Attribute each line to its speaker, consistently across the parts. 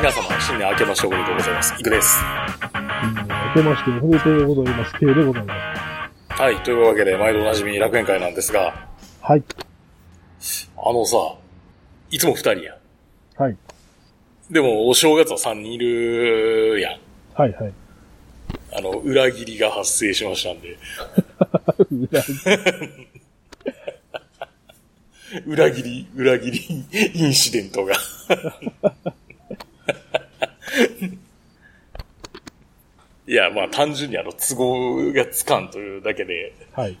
Speaker 1: 皆様、新年明けましておめでとうございます。いくです。
Speaker 2: 明けましておめでとうございます。K でございます。
Speaker 1: はい、というわけで、毎度おなじみ楽園会なんですが、
Speaker 2: はい。
Speaker 1: あのさ、いつも二人や。
Speaker 2: はい。
Speaker 1: でも、お正月は三人いるやん。
Speaker 2: はいはい。
Speaker 1: あの、裏切りが発生しましたんで、裏切り、裏切り、 インシデントが。いや、まあ単純にあの、都合がつかんというだけで、
Speaker 2: はい。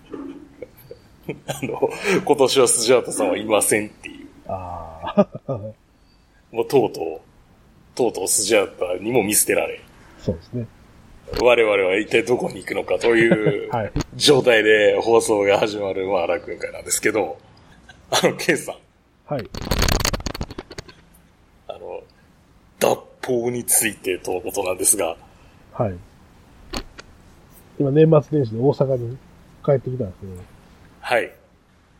Speaker 1: あの、今年はスジャータさんはいませんっていう。
Speaker 2: ああ。
Speaker 1: もうとうとう、とうとうスジャータにも見捨てられ、
Speaker 2: そうですね。
Speaker 1: 我々は一体どこに行くのかという
Speaker 2: はい
Speaker 1: 状態で放送が始まる、まあ楽園会なんですけど、あの、ケイさん、
Speaker 2: はい。
Speaker 1: あの、脱法についてとのことなんですが、
Speaker 2: はい。今、年末年始で大阪に帰ってきたんですけ
Speaker 1: はい。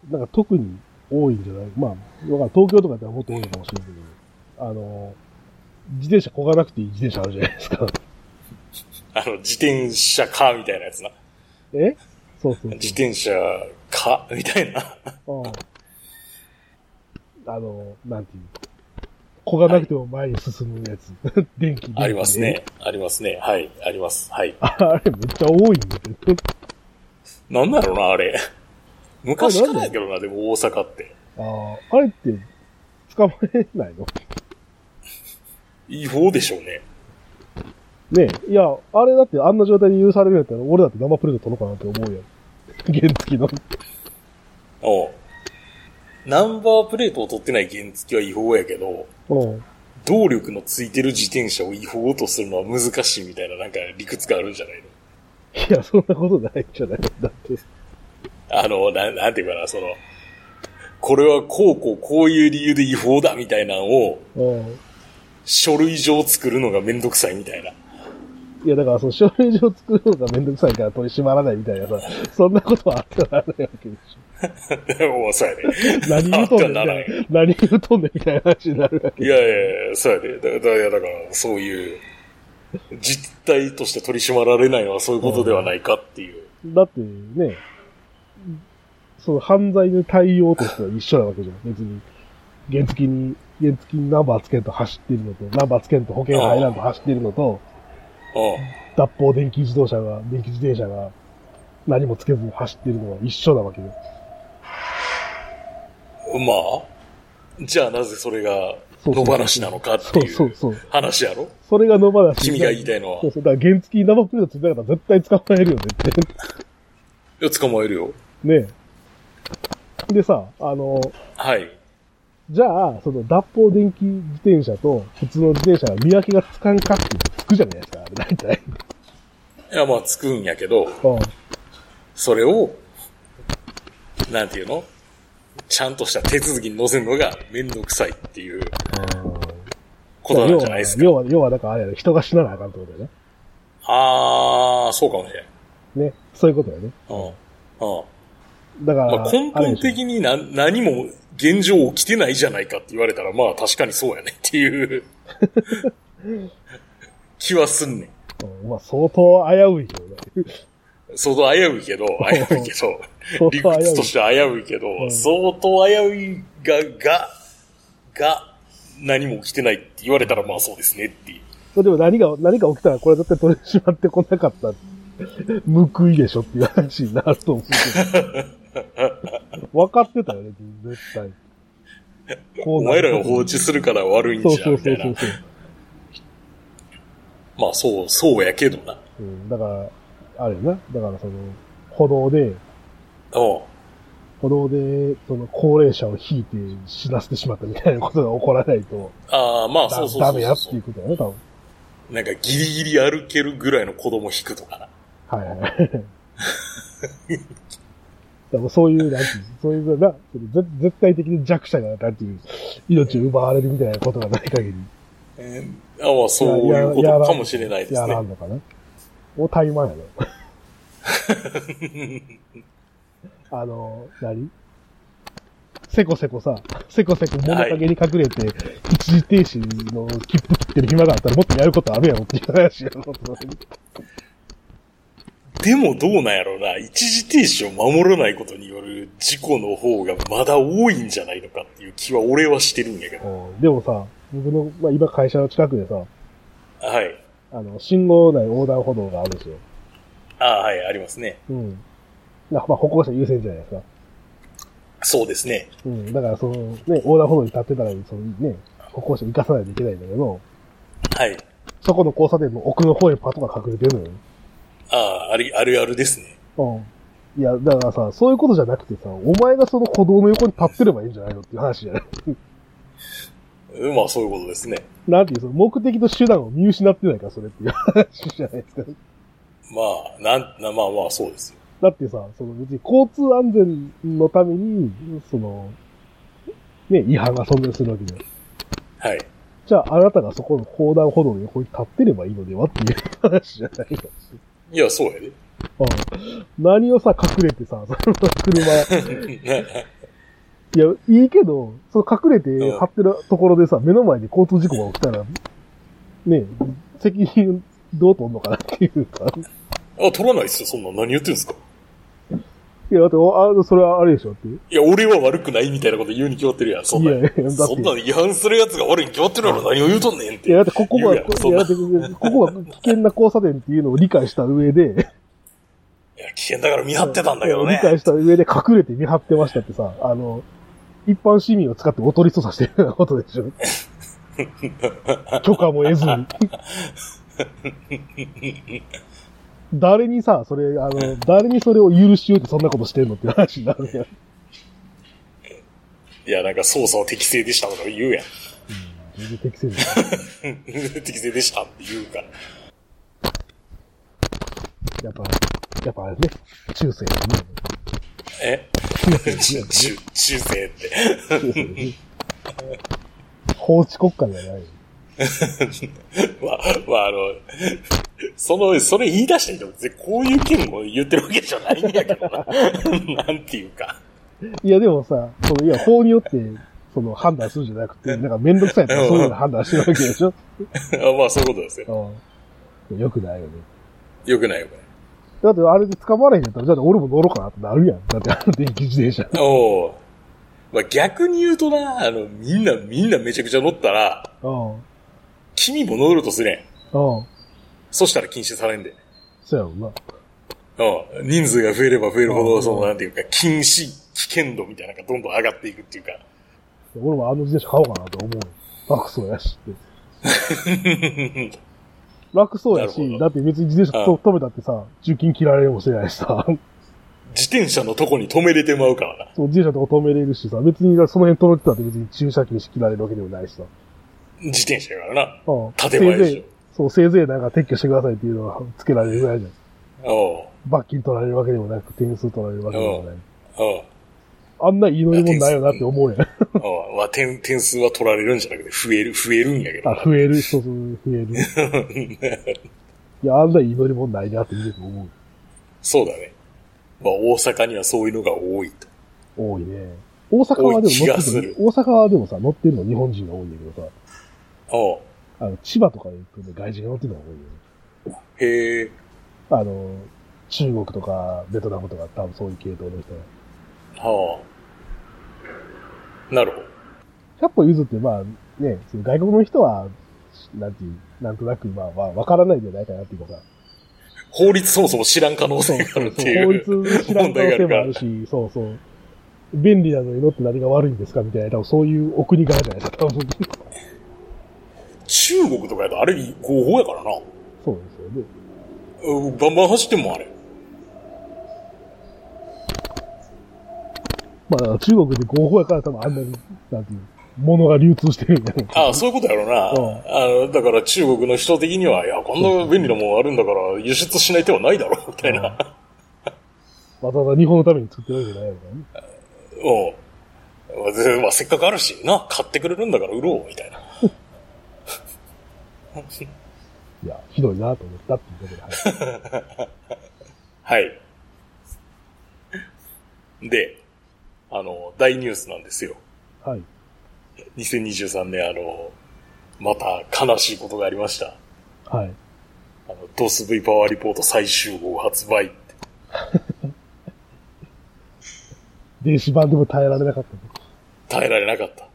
Speaker 2: ど、なんか特に多いんじゃないまあ、わからん東京とかだったらもっと多いのかもしれないけど、あの、自転車こがなくていい自転車あるじゃないですか。
Speaker 1: あの、自転車か、みたいなやつな。
Speaker 2: えそうそうそう。
Speaker 1: 自転車か、みたいな。
Speaker 2: うんあの、なんていう。こがなくても前に進む やつ。電気電気
Speaker 1: ありますね。ありますね。はい。あります。はい。
Speaker 2: あれめっちゃ多いんだけど。
Speaker 1: なんだろうな、あれ。昔
Speaker 2: あ
Speaker 1: か
Speaker 2: なんで
Speaker 1: らやけどな、でも大阪って。
Speaker 2: ああ、あれって、捕まえないの
Speaker 1: 違法でしょうね。
Speaker 2: ねえ。いや、あれだってあんな状態で許されるんやったら、俺だって生プレゼント取ろうかなって思うやん。原付きの。
Speaker 1: おうナンバープレートを取ってない原付は違法やけど、
Speaker 2: うん。
Speaker 1: 動力のついてる自転車を違法とするのは難しいみたいな、なんか理屈があるんじゃないの
Speaker 2: いや、そんなことないんじゃないだって。
Speaker 1: あの、ななんていうかな、その、これはこうこうこういう理由で違法だみたいなのを
Speaker 2: うん。
Speaker 1: 書類上作るのがめんどくさいみたいな。
Speaker 2: いや、だから、その書類上作るのがめんどくさいから取り締まらないみたいなさ、そんなことはあってはならないわけでし
Speaker 1: おうそうやね。
Speaker 2: ょ。何言うとんね
Speaker 1: あっ
Speaker 2: んみた
Speaker 1: てはないらない
Speaker 2: な。 何言うとんねんみたいな話になるわけ。
Speaker 1: いやいやいや、そうやね。だだいやだから、そういう、実態として取り締まられないのはそういうことではないかっていう。
Speaker 2: だってね、その犯罪の対応としては一緒なわけじゃん。別に、原付に、原付にナンバーつけんと走ってるのと、ナンバーつけんと保険入らんと走ってるのと、
Speaker 1: う
Speaker 2: 脱法電気自動車が、電気自転車が何もつけずに走ってるのは一緒なわけよ。
Speaker 1: ん。まあ、じゃあなぜそれが野放しなのかってい
Speaker 2: そう
Speaker 1: う
Speaker 2: そうそう。
Speaker 1: 話やろ
Speaker 2: それが野放し。
Speaker 1: 君が言いたいのは
Speaker 2: そうそう。だから原付に生プレートついてなかったら絶対捕まえるよねって。
Speaker 1: いや捕まえるよ。
Speaker 2: ねえ。でさ、あの、
Speaker 1: はい。
Speaker 2: じゃあ、その脱法電気自転車と普通の自転車が見分けがつかんかってつくじゃないですか、あれ大体。
Speaker 1: いや、まあ、つくんやけど、
Speaker 2: うん。
Speaker 1: それを、なんていうのちゃんとした手続きに乗せるのがめんどくさいっていうことなんじゃないですか。
Speaker 2: 要は、要はだからあれやね、人が死ななあかんってことだよ
Speaker 1: あー、そうかもしれない。
Speaker 2: ね。ね。そういうことだよね。
Speaker 1: うん。うん。
Speaker 2: だから、
Speaker 1: まあ、根
Speaker 2: あれ
Speaker 1: 本
Speaker 2: でしょ
Speaker 1: 的にな何も現状起きてないじゃないかって言われたら、まあ確かにそうやねっていう 気はすんねん。
Speaker 2: うんまあ、相当危 ういけどね。
Speaker 1: 相当危ういけど、危ういけど、
Speaker 2: 相当
Speaker 1: 理
Speaker 2: 危うい
Speaker 1: 屈として危ういけど、
Speaker 2: ん
Speaker 1: 相当危ういが、が、が、何も起きてないって言われたら、まあそうですねっていう。
Speaker 2: まあでも何が、何が起きたらこれ絶対取り締まってこなかった。報いでしょっていう話になると思うけど。 分かってたよね、絶対。こ
Speaker 1: お
Speaker 2: うな
Speaker 1: 前ら
Speaker 2: る
Speaker 1: が放置するから悪いん
Speaker 2: そう
Speaker 1: じゃ
Speaker 2: そ
Speaker 1: ん、
Speaker 2: う
Speaker 1: みた
Speaker 2: そう
Speaker 1: い
Speaker 2: そう
Speaker 1: な。
Speaker 2: そう。
Speaker 1: まあそう、そうやけどな。
Speaker 2: うん、だから、あれやな。だからその、歩道で、
Speaker 1: うん。
Speaker 2: 歩道で、その、高齢者を引いて死なせてしまったみたいなことが起こらないと、
Speaker 1: ああ、まあ
Speaker 2: だ
Speaker 1: そうそうそうそう。
Speaker 2: ダメやっていうことだよね、多分。
Speaker 1: なんかギリギリ歩けるぐらいの子供引くとかな。
Speaker 2: はいはい。 でもそういう、なんていう、そういうな、その絶絶対的に弱者が、なんていう、命を奪われるみたいなことがない限り、
Speaker 1: えーあまあ、そういうこ
Speaker 2: やや
Speaker 1: と
Speaker 2: ら
Speaker 1: かもしれないです
Speaker 2: やらん
Speaker 1: ね。
Speaker 2: のかな。お怠 慢やね。あの、何せこせこさ、せこせこ物陰に隠れて、一時停止の切符切ってる暇があったらもっとやることあるやろっていう話やろと思って。
Speaker 1: でもどうなんやろうな、一時停止を守らないことによる事故の方がまだ多いんじゃないのかっていう気は俺はしてるんやけど。
Speaker 2: うんでもさ、僕の、まあ、今会社の近くでさ、
Speaker 1: はい。
Speaker 2: あの、信号内横断歩道があるんですよ。
Speaker 1: ああ、はい、ありますね。
Speaker 2: うん。なまあ、歩行者優先じゃないですか。
Speaker 1: そうですね。
Speaker 2: うん。だから、その、ね、横断歩道に立ってたら、そのね、歩行者生かさないといけないんだけど、
Speaker 1: はい。
Speaker 2: そこの交差点の奥の方へパトカー隠れてるのよ。
Speaker 1: ああ、あり、あるあるですね。
Speaker 2: うん。いや、だからさ、そういうことじゃなくてさ、お前がその歩道の横に立ってればいいんじゃないのっていう話じゃない。
Speaker 1: うんまあそういうことですね。
Speaker 2: なんていう、その目的と手段を見失ってないか、それっていう 話じゃないですか。
Speaker 1: まあ、なん、なまあまあそうですよ。
Speaker 2: だってさ、その別に交通安全のために、その、ね、違反が存在するわけじゃん。
Speaker 1: はい。
Speaker 2: じゃあ、あなたがそこの横断歩道の横に立ってればいいのではっていう話じゃないの。
Speaker 1: いや、そうやで。
Speaker 2: うん何をさ、隠れてさ、その車、いや、いいけど、その隠れて
Speaker 1: うん
Speaker 2: 張ってるところでさ、目の前で交通事故が起きたら、ね、責任どう取んのかなっていうか。
Speaker 1: あ、取らないっすよ、そんなん何言ってんすか。
Speaker 2: いや、だって、おあそれはあれでしょって。
Speaker 1: いや、俺は悪くないみたいなこと言うに決まってるやん、そんなん。
Speaker 2: いやいやだって
Speaker 1: そんなん違反する奴が悪いに決まってるやろ、何を言うとんねんっ
Speaker 2: い
Speaker 1: て。
Speaker 2: や、だってここが、い
Speaker 1: 言う
Speaker 2: や
Speaker 1: やんそん
Speaker 2: だ
Speaker 1: な
Speaker 2: ってここが危険な交差点っていうのを理解した上で、
Speaker 1: いや、危険だから見張ってたんだけどね
Speaker 2: 理。解した上で隠れて見張ってましたってさ、あの、一般市民を使っておとり捜査してるようなことで しょ許可も得ずに。誰にさ、それ、あの、誰にそれを許しようってそんなことしてんのって話になるやん。
Speaker 1: いや、なんか捜査は適正でしたとか言うやん。
Speaker 2: 全然適正だよ
Speaker 1: 適正でしたって言うから。
Speaker 2: やっぱ、やっぱあれね、中世だね。
Speaker 1: え中、 中、中世って。
Speaker 2: 中世だね法治国家じゃない。
Speaker 1: まあ、まあ、あの、その、それ言い出した人も別にこういう件を言ってるわけじゃないんやけどな。なん ていうか。
Speaker 2: いや、でもさ、その、いや、法によって、その、判断するんじゃなくて、なんかめんどくさいとかそういうので判断してるわけでしょ
Speaker 1: まあ、そういうことですよ。
Speaker 2: うん。よくないよね。
Speaker 1: よくないよ、こ
Speaker 2: だって、あれで捕まらへんやったら、じゃあ俺も乗ろうかなってなるやん。だって、あの電気自転車。
Speaker 1: れ。おお。まあ、逆に言うとな、あの、みんな、みんなめちゃくちゃ乗ったら、
Speaker 2: うん。うん。
Speaker 1: 君も乗るとすれん。
Speaker 2: そ
Speaker 1: そしたら禁止されんで。
Speaker 2: うやろな。
Speaker 1: うん。人数が増えれば増えるほ
Speaker 2: う
Speaker 1: ど、
Speaker 2: ん
Speaker 1: その、なんていうか、禁止、危険度みたいなのがどんどん上がっていくって いうか。
Speaker 2: 俺もあの自転車買おうかなと思うよ。楽そうやしって。楽そうや
Speaker 1: なる
Speaker 2: し、
Speaker 1: ほど
Speaker 2: だって別に自転車
Speaker 1: う
Speaker 2: と止めたってさ、重金切られるもしれないしさ、
Speaker 1: 自転車のとこに止めれてまうからな。
Speaker 2: そう自転車とか止めれるしさ、別にその辺止めてたって別に駐車禁止切られるわけでもないしさ。
Speaker 1: 自転車やからな。
Speaker 2: うん。
Speaker 1: 建前でしょ
Speaker 2: せいぜいそう、せいぜいなんか撤去してくださいっていうのはつけられるぐらいじゃん。
Speaker 1: おう
Speaker 2: 罰金取られるわけでもなく、点数取られるわけでもない。
Speaker 1: おう
Speaker 2: あんないい乗り物ないよなって思うやん。
Speaker 1: うんまあ、点、点数は取られるんじゃなくて、増える、増えるんやけど。
Speaker 2: あ、増える、一つ増える。いや、あんないい乗り物ないなって見てて思う。
Speaker 1: そうだね。まあ、大阪にはそういうのが多いと。
Speaker 2: 多いね。大阪はでも乗って
Speaker 1: 多い気がす
Speaker 2: る
Speaker 1: る
Speaker 2: の大阪はでもさ、乗ってるの日本人が多いんだけどさ、
Speaker 1: おう
Speaker 2: あの、千葉とか行くとね、外人が乗ってるのが多いよね。
Speaker 1: へえ。
Speaker 2: あの、中国とか、ベトナムとか、多分そういう系統の人が。
Speaker 1: はあ。なるほど。
Speaker 2: 100歩譲って、まあ、ね、その外国の人は、なんていう、なんとなく、まあ、まあ、わからないんじゃないかなっていうかさ、
Speaker 1: 法律そもそも知らん可能
Speaker 2: そ
Speaker 1: 性
Speaker 2: う
Speaker 1: があ
Speaker 2: そ
Speaker 1: る
Speaker 2: う
Speaker 1: ってい。
Speaker 2: そうう。法律知らん可能性もあるし、そうそう。便利なのに乗って何が悪いんですかみたいな、多分そういうお国柄じゃないですか、多分。
Speaker 1: 中国とかやとあれ合法やからな。
Speaker 2: そうですよね。
Speaker 1: うんバンバン走ってんもん、あれ。
Speaker 2: まあ、中国で合法やから多分あんなに、なんていう、ものが流通してるんだろう
Speaker 1: ああ、そういうことやろな。あの、だから中国の人的には、いや、こんな便利なもんあるんだから、輸出しない手はないだろ、みたいな。
Speaker 2: わざわざ日本のために作ってるわけじゃないのからね。
Speaker 1: うん。でまあ、せっかくあるし、な、買ってくれるんだから売ろう、みたいな。
Speaker 2: いや、ひどいなと思ったっていうことで、はい。
Speaker 1: はい。で、あの、大ニュースなんですよ。
Speaker 2: はい。
Speaker 1: 2023年、あの、また悲しいことがありました。
Speaker 2: はい。
Speaker 1: あの、ドス V パワーリポート最終号発売って。
Speaker 2: 電子版でも耐えられなかったね。
Speaker 1: 耐えられなかった。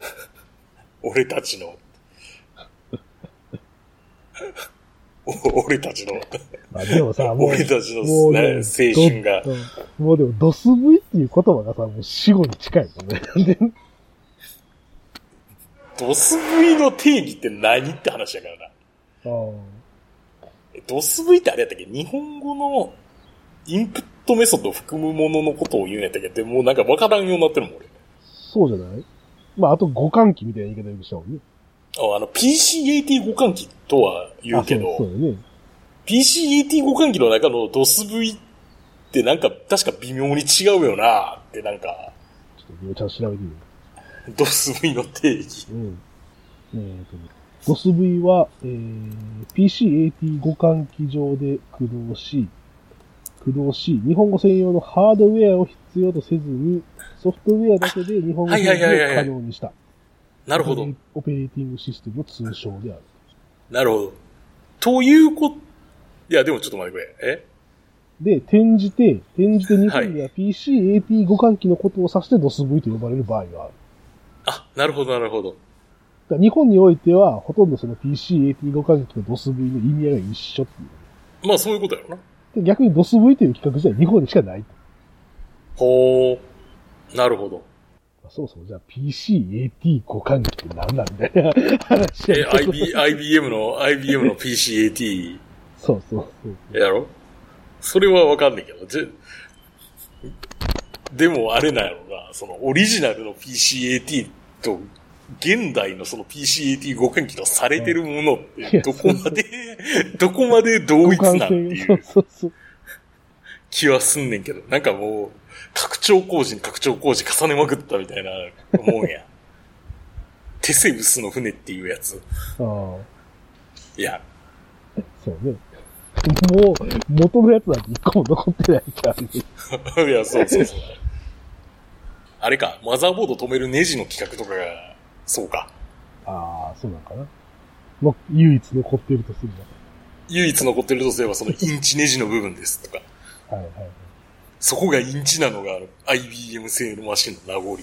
Speaker 1: 俺たちの、 お俺たちの、
Speaker 2: まあでもさ、もう。
Speaker 1: 俺たちの
Speaker 2: もう
Speaker 1: ね、青春が。
Speaker 2: どうんもうでも、ドス V っていう言葉がさ、もう死後に近いよね。 で
Speaker 1: ドス V の定義って何って話やからな。
Speaker 2: あー
Speaker 1: えドス V ってあれやったっけ日本語のインプットメソッドを含むもののことを言うんやったっけでもうなんかわからんようになってるもん、俺。
Speaker 2: そうじゃないまあ、あと互換機みたいな言い方よくした方がいいよ。
Speaker 1: ああの、PC-AT 互換機とは言うけ
Speaker 2: あそう
Speaker 1: ど、
Speaker 2: そうだよね。
Speaker 1: PC-AT 互換機の中のドス V ってなんか確か微妙に違うよなってなんか、
Speaker 2: ちょっと今ちゃんと調べてみよ
Speaker 1: ドス V の定義。
Speaker 2: う。うん。えー、とね、ドス V は、えー、PC-AT 互換機上で駆動し、駆動し、日本語専用のハードウェアを必要とせずに、ソフトウェアだけで日本語表
Speaker 1: はいはい
Speaker 2: 示
Speaker 1: はい
Speaker 2: を
Speaker 1: はい
Speaker 2: 可能にした。
Speaker 1: なるほ
Speaker 2: オ
Speaker 1: ど
Speaker 2: ペ。オペレーティングシステムの通称である。
Speaker 1: なるほど。というこ、いや、でもちょっと待ってくれ。え
Speaker 2: で、転じて、転じて日本では PC-AT 互換機のことを指して DOSV と呼ばれる場合がある。
Speaker 1: あ、なるほど、なるほど。
Speaker 2: だから日本においては、ほとんどその PC-AT 互換機と DOSV の意味合いが一緒っていう。
Speaker 1: まあそういうことやろな。
Speaker 2: で逆に DOSV という企画自体は日本にしかない。
Speaker 1: ほー。なるほど。
Speaker 2: そうそう、じゃあ PC-AT 互換機って何なんみたいな話
Speaker 1: え、
Speaker 2: やけど
Speaker 1: IB、IBM の、IBM の PCAT
Speaker 2: そうそうそう。
Speaker 1: やろそれはわかんないけど、ぜでもあれなんやろな、そのオリジナルの PCAT と現代のその PCAT 互換機とされてるものっ
Speaker 2: い
Speaker 1: て、
Speaker 2: や
Speaker 1: どこまで、 どこまで同一なんってい
Speaker 2: そう
Speaker 1: う
Speaker 2: そうそう。
Speaker 1: 気はすんねんけど、なんかもう、拡張工事に拡張工事重ねまくったみたいなもん や。テセウスの船っていうやつ。
Speaker 2: ああ。
Speaker 1: いや、
Speaker 2: そうね。もう、元のやつなんて一個も残ってないから ね。
Speaker 1: いや、そうそうそう。あれか、マザーボード止めるネジの企画とかが、そうか。
Speaker 2: ああ、そうなんかな。の、唯一残ってるとする
Speaker 1: 唯一残ってるとすれば、そのインチネジの部分ですとか。
Speaker 2: な。はいはい。
Speaker 1: そこがインチなのが、あの IBM 製のマシンの名残。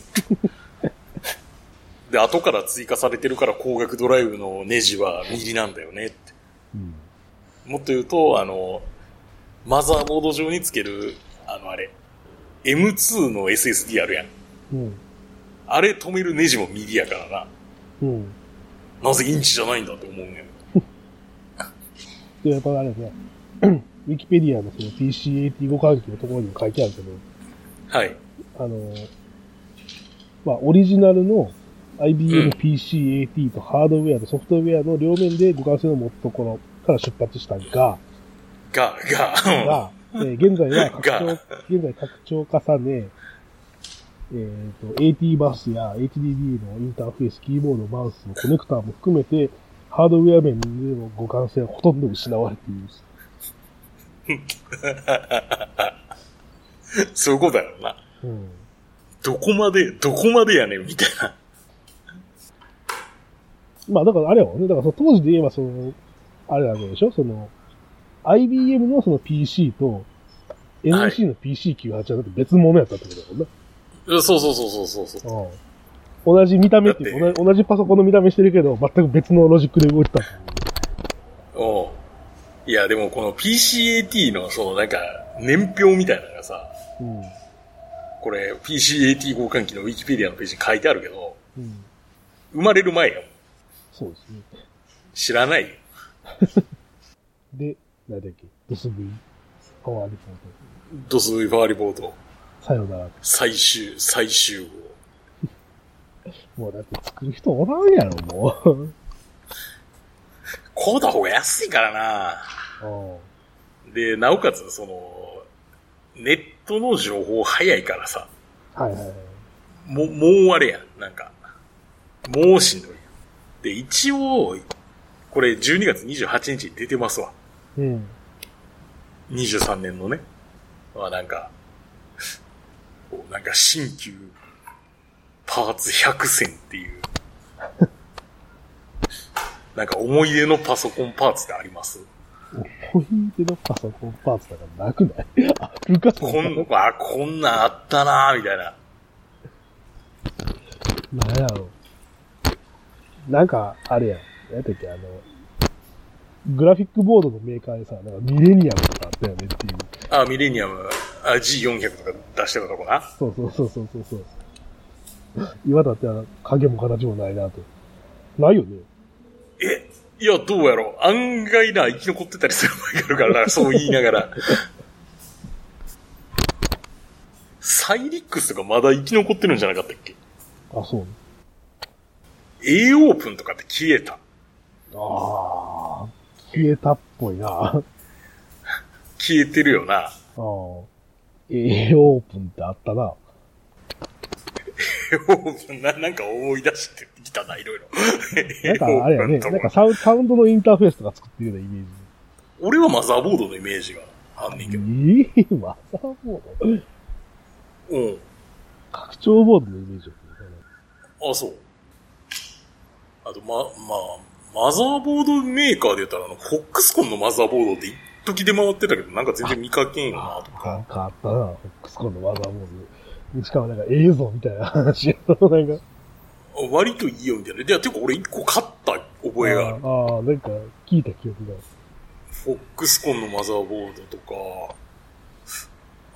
Speaker 1: で、後から追加されてるから光学ドライブのネジは右なんだよねって。
Speaker 2: うん。
Speaker 1: もっと言うと、あの、マザーボード上につける、あのあれ、M2 の SSD あるやん。
Speaker 2: うん。
Speaker 1: あれ止めるネジも右やからな。
Speaker 2: うん。
Speaker 1: なぜインチじゃないんだと思うんやけど。
Speaker 2: で、やっぱあれですね。 ウィキペディアのその PCAT 互換機のところにも書いてあるけど、
Speaker 1: はい。
Speaker 2: あの、まあ、オリジナルの
Speaker 1: うん
Speaker 2: IBM PCAT とハードウェアとソフトウェアの両面で互換性を持つところから出発したが、
Speaker 1: が、が、
Speaker 2: が、えー現在は拡張
Speaker 1: が、
Speaker 2: 現在拡張重ね、えっ、と、AT バスや HDD のインターフェース、キーボード、マウスのコネクターも含めて、ハードウェア面での互換性はほとんど失われている。
Speaker 1: そういうことやろな。
Speaker 2: うん。
Speaker 1: どこまで、どこまでやねん、みたいな。
Speaker 2: まあだからあれはね、だからその当時で言えばその、あれなわけでしょその、IBM のその PC と、NEC の PC98 はだって別物やったってことだもんな。
Speaker 1: そうそうそうそうそうそう。
Speaker 2: うん同じ見た目っていう
Speaker 1: だ
Speaker 2: 同じ、同じパソコンの見た目してるけど、全く別のロジックで動いてたっていう。
Speaker 1: おういや、でもこの PCAT の、そのなんか、年表みたいなのがさ、
Speaker 2: うん。
Speaker 1: これ PCAT 互換機の Wikipedia のページに書いてあるけど、
Speaker 2: うん。
Speaker 1: 生まれる前やもん。
Speaker 2: そうですね。
Speaker 1: 知らないよ。
Speaker 2: で、なんだっけ、ドス V、パワーリポート、
Speaker 1: ドスイファーリポート、
Speaker 2: さよなら。
Speaker 1: 最終、最終号。
Speaker 2: もうだって作る人おらんやろ、もう。
Speaker 1: こうた方が安いからな
Speaker 2: あ
Speaker 1: で、なおかつ、その、ネットの情報早いからさ、
Speaker 2: あはいはいはい。
Speaker 1: もう、もうあれやん。なんか、もうしんどいやん。で、一応、これ12月28日に出てますわ。
Speaker 2: うん。
Speaker 1: 23年のね。まあなんか、こうなんか新旧パーツ100選っていう。 なんか思い出のパソコンパーツってあります
Speaker 2: ポイントのパソコンパーツだからなくないあるかそ
Speaker 1: こ、
Speaker 2: んなん
Speaker 1: あ、こんなんあったなーみたいな。
Speaker 2: なんやろ。なんか、あれやん。やったっけ、あの、グラフィックボードのメーカーでさ、なんかミレニアムとかあったよねっていう。
Speaker 1: あ、ミレニアム、あ、G400 とか出してたとこな。
Speaker 2: そうそうそうそうそうそう。今だっては影も形もないなと。ないよね。
Speaker 1: え、いや、どうやろう。案外な、生き残ってたりする場合があるから な、そう言いながら。サイリックスとかまだ生き残ってるんじゃなかったっけ
Speaker 2: あ、そう。
Speaker 1: ?A オープンとかって消えた。
Speaker 2: ああ、消えたっぽいな。あ
Speaker 1: 消えてるよな。
Speaker 2: あ。A オープンってあったな。
Speaker 1: A オープンな、なんか思い出してきたな、いろいろ。
Speaker 2: なんかあれやね、
Speaker 1: A オープン
Speaker 2: な
Speaker 1: と
Speaker 2: んか
Speaker 1: か
Speaker 2: サウサウンドのインターフェースとか作ってるようなイメージ。
Speaker 1: 俺はマザーボードのイメージがあんねんけど。
Speaker 2: ええマザーボード
Speaker 1: うん。
Speaker 2: 拡張ボードのイメージだけどね
Speaker 1: あ、そう。あと、ま、まあ、マザーボードメーカーで言ったら、あの、フォックスコンのマザーボードって一時で回ってたけど、なんか全然見かけんよな、と
Speaker 2: な
Speaker 1: か
Speaker 2: ん。かあったな、フォックスコンのマザーボード。しかもなんか映像みたいな話やろなんか。
Speaker 1: 割といいよ、みたいな。いや、てか俺一個買った覚えがある。
Speaker 2: ああ、なんか聞いた記憶がある。
Speaker 1: フォックスコンのマザーボードとか、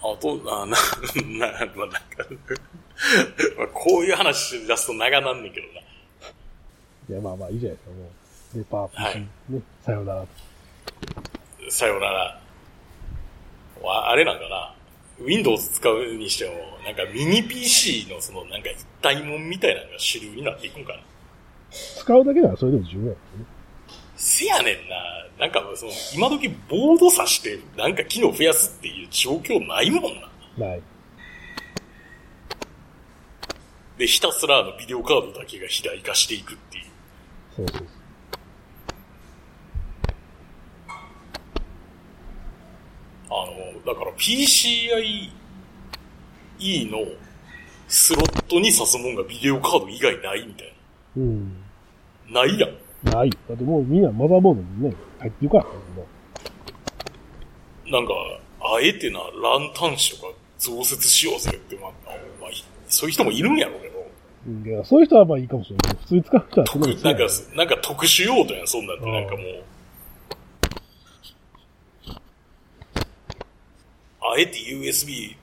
Speaker 1: あと、な、な、な、まあ、なんか まあ、こういう話し出すと長なんねんけどな。
Speaker 2: いや、まあまあいいじゃないですか、もう。で、パープ
Speaker 1: はい
Speaker 2: ル、ね、さよなら。
Speaker 1: さよなら。わあれなんかな。Windows 使うにしても、なんかミニ PC のそのなんか一体もんみたいなのが主流になっていくんかな。
Speaker 2: 使うだけならそれでも十分や
Speaker 1: せやねんな。なんかその、今時ボードさして、なんか機能増やすっていう状況ないもんな。
Speaker 2: ね。ない。
Speaker 1: で、ひたすらあのビデオカードだけが肥大化していくっていう。
Speaker 2: そうそうそう。
Speaker 1: あの、だから PCIe のスロットに挿すもんがビデオカード以外ないみたい
Speaker 2: うん。
Speaker 1: な。ないやん。
Speaker 2: ない。だってもうみんなマザーボードにね、入ってるから、も
Speaker 1: なんか、あえてな、ランタン紙とか増設しようぜって、まあ、まあ、いそういう人もいるんやろうけど、
Speaker 2: ううん。いや、そういう人はまあいいかもしれないけど、普通に使う人はそんなに
Speaker 1: 特
Speaker 2: 使
Speaker 1: な
Speaker 2: え
Speaker 1: ん
Speaker 2: ない
Speaker 1: か、なんか特殊用途やん、そんなんっ
Speaker 2: う
Speaker 1: て、
Speaker 2: ん
Speaker 1: なんかもう。あえて USB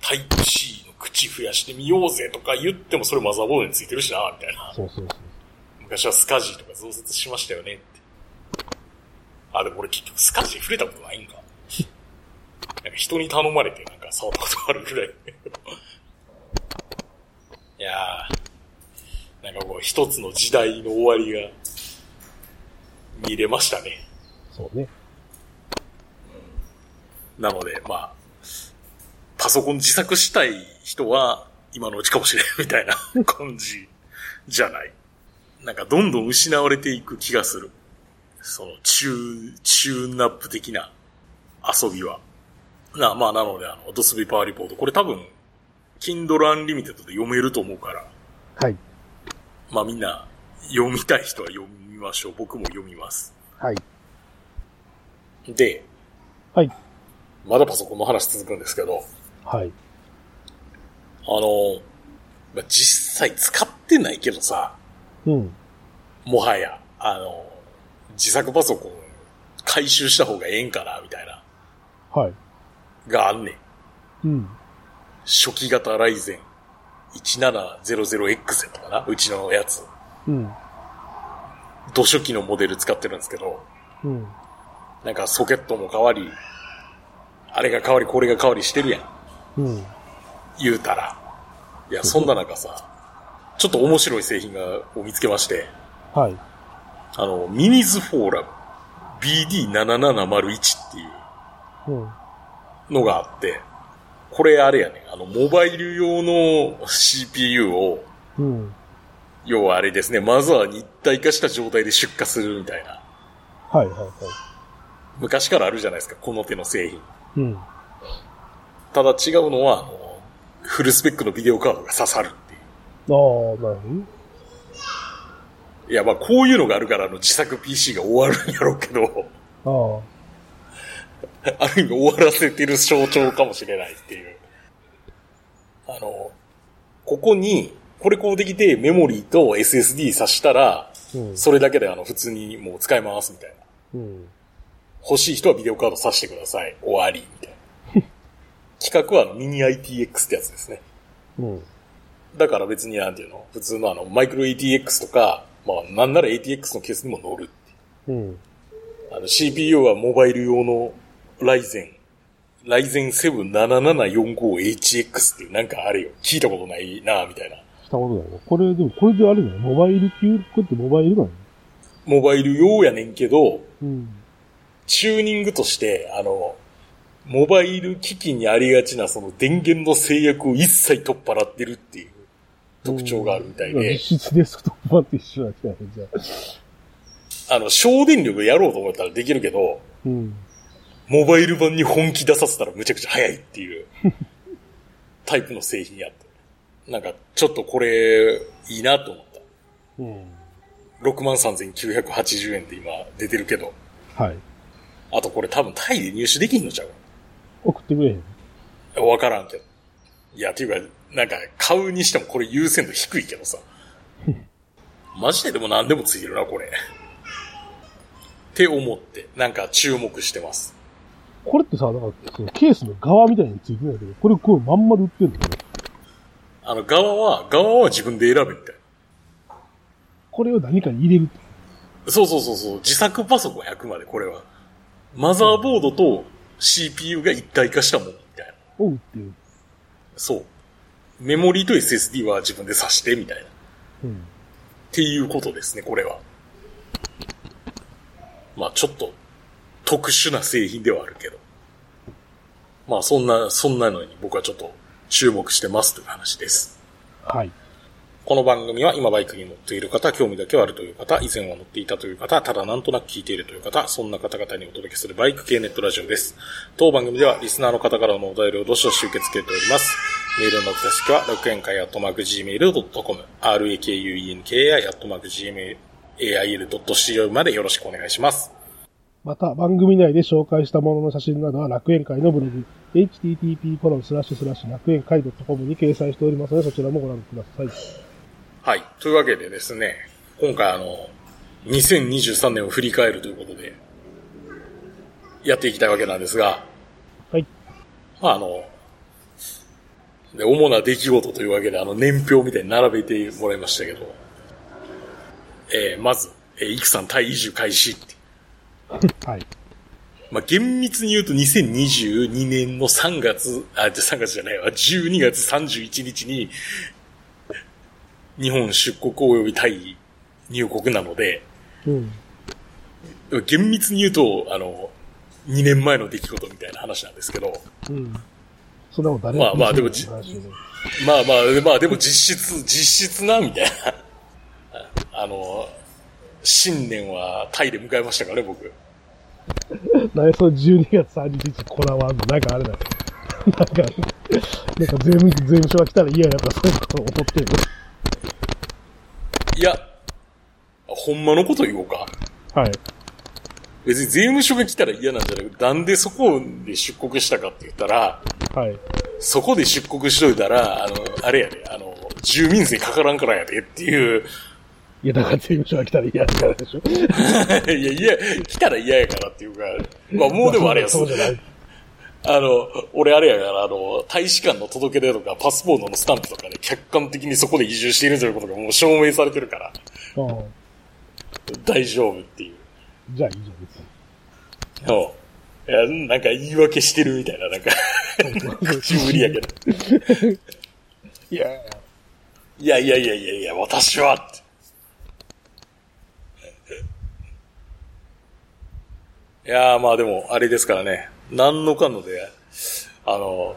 Speaker 1: タイプ C の口増やしてみようぜとか言っても、それマザーボードについてるしな、みたいな。
Speaker 2: そうそうそう。
Speaker 1: 昔はスカジーとか増設しましたよねって。あ、でも俺結局スカジー触れたことないんか。 なんか人に頼まれてなんか触ったことあるぐらい。 いやー、なんかこう一つの時代の終わりが見れましたね。
Speaker 2: そうね。
Speaker 1: なので、まあ、パソコン自作したい人は今のうちかもしれんみたいな感じじゃない。なんかどんどん失われていく気がする。そのチュー、チューンナップ的な遊びは。な、まあなので、あの、ドスビパワーリポート。これ多分、Kindle Unlimited で読めると思うから、
Speaker 2: はい。
Speaker 1: まあみんな読みたい人は読みましょう。僕も読みます。
Speaker 2: はい。
Speaker 1: で、
Speaker 2: はい。
Speaker 1: まだパソコンの話続くんですけど、
Speaker 2: はい。
Speaker 1: あの、まあ実際使ってないけどさ、
Speaker 2: うん。
Speaker 1: もはや、あの、自作パソコン回収した方がええんかな、みたいな、
Speaker 2: はい。
Speaker 1: があんねん。
Speaker 2: うん。
Speaker 1: 初期型ライゼン 1700X とかな、うちのやつ。
Speaker 2: うん。
Speaker 1: 土初期のモデル使ってるんですけど、
Speaker 2: うん。
Speaker 1: なんかソケットも変わり、あれが変わり、これが変わりしてるやん。
Speaker 2: うん。
Speaker 1: 言うたら。いや、そんな中さ、ちょっと面白い製品が、を見つけまして、
Speaker 2: はい。
Speaker 1: あの、ミニズフォーラム BD7701 っていう
Speaker 2: うん。
Speaker 1: のがあって、これあれやね、あの、モバイル用の CPU を、
Speaker 2: うん。
Speaker 1: 要はあれですね、マザーに一体化した状態で出荷するみたいな。
Speaker 2: はいはいは
Speaker 1: 昔からあるじゃないですか、この手の製品。
Speaker 2: い。うん。
Speaker 1: ただ違うのは、あの、フルスペックのビデオカードが刺さるってい
Speaker 2: ああ、なるほどね。
Speaker 1: う。いや、まあ、こういうのがあるから、あの、自作 PC が終わるんやろうけど、
Speaker 2: ああ。
Speaker 1: ある意味終わらせてる象徴かもしれないっていう。あの、ここに、これこうできてメモリーと SSD 挿したら、
Speaker 2: うん。
Speaker 1: それだけであの、普通にもう使い回すみたいな。
Speaker 2: うん。
Speaker 1: 欲しい人はビデオカード挿してください。終わり。みたいな。 企画はあのミニ ITX ってやつですね。
Speaker 2: うん。
Speaker 1: だから別になんていうの普通のあの、マイクロ ATX とか、まあなんなら ATX のケースにも乗るってい
Speaker 2: うん。
Speaker 1: う。あの、CPU はモバイル用のライゼン、ライゼン 7745HX っていうなんかあれよ。聞いたことないなみたいな。
Speaker 2: したことないな。これ、でも、これであれだよ。モバイル級、これってモバイルなの
Speaker 1: モバイル用やねんけど、
Speaker 2: うん。
Speaker 1: チューニングとして、あの、モバイル機器にありがちなその電源の制約を一切取っ払ってるっていう特徴があるみたいで、
Speaker 2: 実質デスクトップ版と一緒なんじゃないじゃあ。
Speaker 1: あの、省電力やろうと思ったらできるけど、
Speaker 2: うん。
Speaker 1: モバイル版に本気出させたらむちゃくちゃ早いっていうタイプの製品やって。なんか、ちょっとこれ、いいなと思った。
Speaker 2: うん。
Speaker 1: 63,980円で今出てるけど、
Speaker 2: はい。
Speaker 1: あとこれ多分タイで入手できんのちゃう
Speaker 2: 送ってくれへん。
Speaker 1: わからんけど。いや、っていうか、なんか、買うにしてもこれ優先度低いけどさ。マジででも何でもついてるな、これ。って思って、なんか注目してます。
Speaker 2: これってさ、なんか、そのケースの側みたいについてないけど、これこうまんまで売ってるの
Speaker 1: あの、側は、側は自分で選べみたい
Speaker 2: これを何かに入れるって。
Speaker 1: な。そうそうそうそう、自作パソコン100まで、これは。マザーボードと CPU が一体化したものみたいな。
Speaker 2: おうっていう。
Speaker 1: そう。メモリーと SSD は自分で挿して、みたいな。
Speaker 2: うん。
Speaker 1: っていうことですね、これは。まあちょっと特殊な製品ではあるけど。まあそんな、そんなのに僕はちょっと注目してますという話です。
Speaker 2: はい。
Speaker 1: この番組は今バイクに乗っている方、興味だけはあるという方、以前は乗っていたという方、ただなんとなく聞いているという方、そんな方々にお届けするバイク系ネットラジオです。当番組ではリスナーの方からのお便りをどしどし受け付けております。メールの受付は楽園会アットマーク Gmail.com、rakuenki アットマーク Gmail.ail.co までよろしくお願いします。
Speaker 2: また、番組内で紹介したものの写真などは楽園会のブログ、http コロンスラッシュスラッシュ楽園会 .com に掲載しておりますので、そちらもご覧ください。
Speaker 1: はい。というわけでですね、今回あの、2023年を振り返るということで、やっていきたいわけなんですが、
Speaker 2: はい。
Speaker 1: まああの、で、主な出来事というわけで、あの、年表みたいに並べてもらいましたけど、えーまず、えー、イクさん対移住開始って。
Speaker 2: はい。
Speaker 1: まあ、厳密に言うと2022年の3月、あ、じゃ3月じゃないわ、12月31日に、日本出国及びタイ入国なので、
Speaker 2: うん。
Speaker 1: 厳密に言うと、あの、2年前の出来事みたいな話なんですけど、
Speaker 2: うん。そんなこと誰
Speaker 1: まあまあでもじ
Speaker 2: 話ね
Speaker 1: まあまあ、まあでも実質、実質な、みたいな。あの、新年はタイで迎えましたからね、僕。
Speaker 2: なんでその12月30日こだわんのなんかあれだよ。なんか、なんか税務、税務署が来たら嫌やからそういうこと怒ってる。
Speaker 1: いや、ほんまのこと言おうか。
Speaker 2: はい。
Speaker 1: 別に税務署が来たら嫌なんじゃなくて、なんでそこで出国したかって言ったら、
Speaker 2: はい。
Speaker 1: そこで出国しといたら、あの、あれやで、あの、住民税かからんからやでっていう、
Speaker 2: いや、だから税務署が来たら嫌やからでしょ。
Speaker 1: いや、いや、来たら嫌やからっていうか、まあもうでもあれや、
Speaker 2: そうじゃない。
Speaker 1: あの、俺あれやから、あの、大使館の届け出とか、パスポートのスタンプとかで、客観的にそこで移住しているということがもう証明されてるから、
Speaker 2: う
Speaker 1: 大丈夫っていう。
Speaker 2: ん。じゃあいいじゃん、別に。
Speaker 1: そういや、なんか言い訳してるみたいな、なんか、口ぶりやけ ど。
Speaker 2: いや、
Speaker 1: いやいやいやいやいや、私はっていやーまあでも、あれですからね、何のかんので、あの、